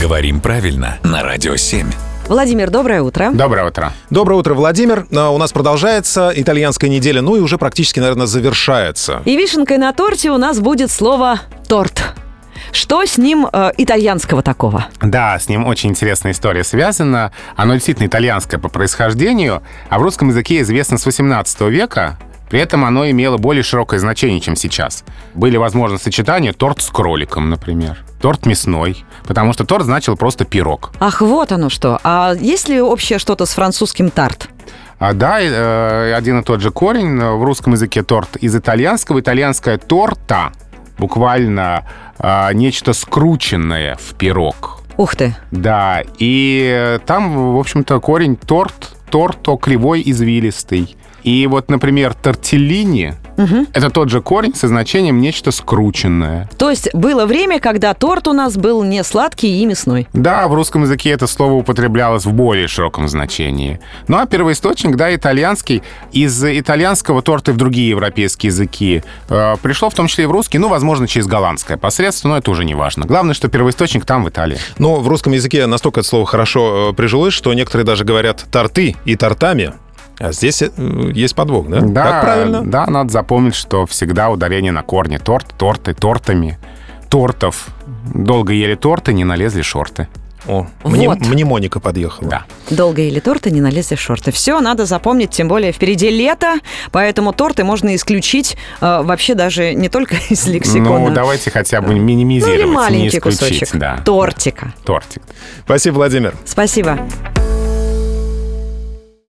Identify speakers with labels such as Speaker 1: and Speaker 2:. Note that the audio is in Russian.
Speaker 1: Говорим правильно на Радио 7.
Speaker 2: Владимир, доброе утро.
Speaker 3: Доброе утро.
Speaker 4: Доброе утро, Владимир. А, У нас продолжается итальянская неделя, ну и уже практически, наверное, завершается.
Speaker 2: И вишенкой на торте у нас будет слово «торт». Что с ним э, итальянского такого?
Speaker 3: Да, с ним очень интересная история связана. Оно действительно итальянское по происхождению, а в русском языке известно с 18 века. При этом оно имело более широкое значение, чем сейчас. Были возможны сочетания торт с кроликом, например. Торт мясной, потому что торт значил просто пирог.
Speaker 2: Ах, вот оно что. А есть ли общее что-то с французским тарт?
Speaker 3: А да, э, один и тот же корень э, в русском языке торт из итальянского. Итальянское торта буквально э, нечто скрученное в пирог.
Speaker 2: Ух ты.
Speaker 3: Да, и э, там, в общем-то, корень торт, торто кривой извилистый. И вот, например, тортеллини — это тот же корень со значением нечто скрученное.
Speaker 2: То есть было время, когда торт у нас был не сладкий и мясной.
Speaker 3: Да, в русском языке это слово употреблялось в более широком значении. Ну а первоисточник, да, итальянский. Из итальянского торты в другие европейские языки э, пришло, в том числе и в русский, ну, возможно, через голландское посредство, но это уже не важно. Главное, что первоисточник там, в Италии.
Speaker 4: Но в русском языке настолько это слово хорошо э, прижилось, что некоторые даже говорят «торты» и «тортами». А здесь э, есть подвох, да?
Speaker 3: Да,
Speaker 4: Как правильно?
Speaker 3: Да, надо запомнить, что всегда ударение на корне. Торт, торты, тортами, тортов. Долго ели торты, не налезли шорты.
Speaker 4: О, мне,
Speaker 2: Вот.
Speaker 4: мне Моника подъехала.
Speaker 3: Да.
Speaker 2: Долго или торты, не налезли шорты. Все надо запомнить, тем более впереди лето, поэтому торты можно исключить э, вообще даже не только из лексикона.
Speaker 3: Ну, давайте хотя бы
Speaker 2: Ну,
Speaker 3: минимизировать,
Speaker 2: или
Speaker 3: не
Speaker 2: маленький
Speaker 3: исключить.
Speaker 2: кусочек
Speaker 3: Да.
Speaker 2: тортика.
Speaker 3: Тортик.
Speaker 4: Спасибо, Владимир.
Speaker 2: Спасибо.